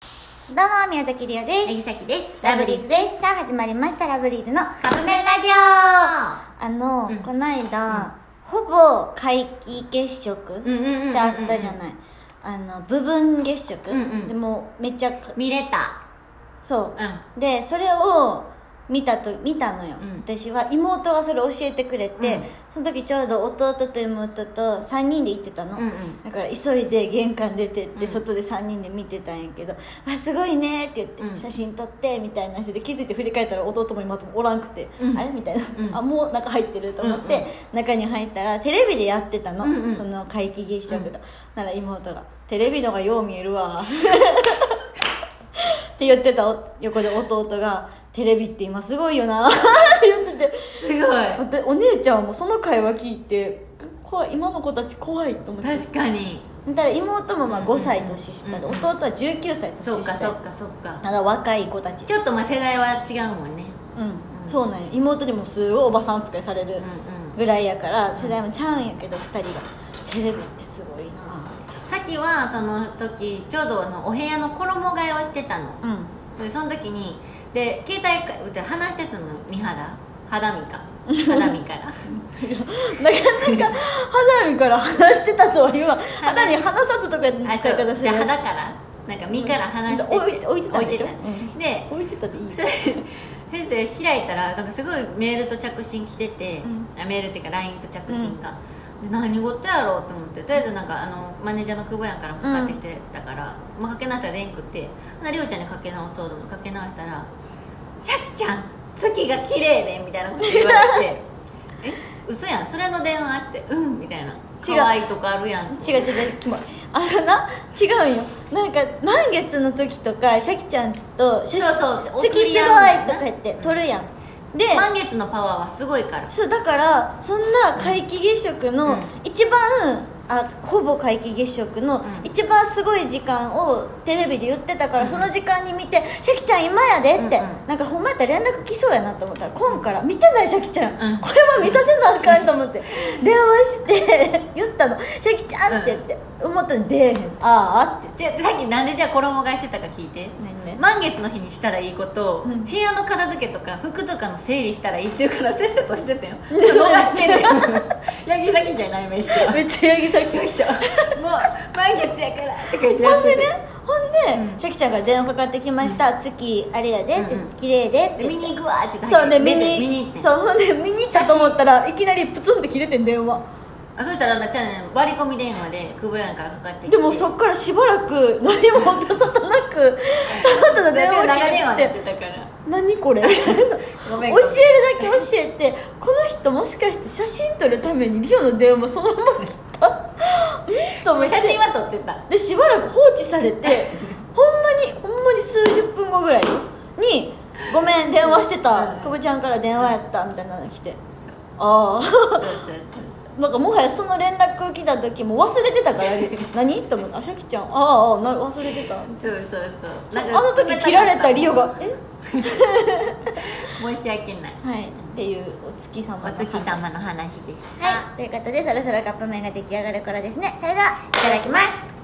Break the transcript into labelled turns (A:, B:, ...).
A: どうも、宮崎りおです。
B: ぎさきです
A: ラブリーズです。さあ、始まりました、ラブリーズのカップ麺ラジオあの、
B: うん
A: こないだ、ほぼ皆既月食っ
B: うんうんうんうんうん
A: てあったじゃない。あの、部分月食、
B: うんうん
A: でも、めっちゃか、
B: 見れた
A: そう
B: う、ん
A: で、それを、見たと見たのよ、
B: うん
A: 私は妹がそれ教えてくれて、
B: うん
A: その時ちょうど弟と妹と3人で行ってたの、
B: うんうん
A: だから急いで玄関出てって
B: うん
A: 外で3人で見てたんやけど「わすごいね」って言
B: う
A: っ
B: ん
A: て写真撮ってみたいなしてで気づいて振り返ったら弟も妹もおらんくて「
B: うん
A: あれ?」みたいな「
B: うん
A: あもう中入ってる」と思っ
B: うん
A: て中に入ったらテレビでやってたの、
B: うんうん
A: この皆既月食が、なら妹が「テレビのがよう見えるわ」 って言ってたお横で弟が「テレビって今すごいよな」 言ってて
B: すごい
A: だってお姉ちゃんもその会話聞いて怖い今の子たち怖いと思って
B: 確かに
A: だから妹もまあ5歳年下で、
B: うんうん
A: 弟は19歳年下
B: そっかそっかそっか
A: まだ若い子たち
B: ちょっとまあ世代は違うもんね
A: うん、そうなんよ妹にもすごいおばさん扱いされる
B: うんうん
A: ぐらいやから世代もちゃうんやけど2人がテレビってすごいな
B: さきはその時ちょうどあのお部屋の衣替えをしてたの
A: うん
B: でその時にで携帯か話してたの美肌肌身か肌身から
A: なかなか肌身から話してたとは言わん肌身話さずとかや
B: あ
A: った
B: そ
A: ら
B: う
A: 方す
B: じ
A: る
B: ゃあ肌からなんか身から話して
A: 置いて置いてたんでしょ
B: 置いて
A: う
B: たで
A: 置いてたでいいよ
B: それそして開いたらなんかすごいメールと着信来てて、
A: う
B: あメールっていうか LINE と着信が、で何事やろうと思ってとりあえずなんかあのマネージャーの久保やんからもかかってきてたから、まあ、かけ直したらレンクってほなりょうちゃんにかけ直そうと思ってかけ直したら「シャキちゃん月が綺麗ね」みたいなこと言われ て「え嘘やんそれの電話?」って「うん」みたいな「
A: 違う
B: 可愛いとこあるやん」
A: 違う違う違うキモいあのな違うんよなんか満月の時とかシャキちゃんと写真
B: そうそう
A: 月すごいとか言って撮るやん、で
B: 満月のパワーはすごいから
A: そうだからそんな皆既月食
B: う
A: の
B: ん
A: 一番、あほぼ皆既月食の一番すごい時間をテレビで言ってたから、
B: うん
A: その時間に見て「シャキちゃん今やで」って、
B: うんうん
A: なんかほんまやったら連絡来そうやなと思ったら今から「見てないシャキちゃん、
B: うん
A: これは見させなあかん」と思って電話して言ったの「シャキちゃん」って言って、思ったのに出えへん「ああ」って
B: じゃあさっきなんでじゃあ衣替えしてたか聞いて
A: 何ね
B: 満月の日にしたらいいことを、
A: うん
B: 部屋の片付けとか服とかの整理したらいいって言うからせっせとしてた よ
A: ん
B: 逃して んねん八木崎じゃないめっちゃ
A: めっちゃ八木さん
B: よいしょもう満月やからとか言ってや
A: ほ
B: っ
A: んで
B: て
A: ね
B: て
A: ほんで、
B: うん
A: シャキちゃんから電話かかってきました「月あれやで」って
B: うんうん
A: 「綺麗で」って
B: で見に行くわって言って
A: そうね見
B: 見
A: に
B: に見に行って
A: そうほんで見に行ったと思ったらいきなりプツンって切れてん電話
B: あそしたらなちゃんね割り込み電話で久保屋からかかってきて
A: でもそっからしばらく何も音沙汰なくただただ
B: それ
A: 電
B: ちょっと長電
A: 話
B: 話
A: 切
B: に
A: れ
B: なっててたから
A: 何これ教え
B: ご
A: る
B: めん
A: だけ教えてこの人もしかして写真撮るためにリオの電話そのまま切ったうんと思って
B: 写真は撮ってた
A: でしばらく放置され てほんまにほんまに数十分後ぐらいに「ごめん電話してた
B: うん
A: 久保ちゃんから電話やった」みたいなの来て
B: そう
A: ああ
B: そうそうそうそう
A: なんかもはやその連絡来た時も忘れてたから 何と思って「あシャキちゃんああな忘れてた」
B: そうそうそう
A: あの時切られたリオが「え
B: 申し訳ない
A: はい」っていうお月様の
B: お
A: 話
B: 月様の話でした
A: はいということでそろそろカップ麺が出来上がる頃ですねそれではいただきます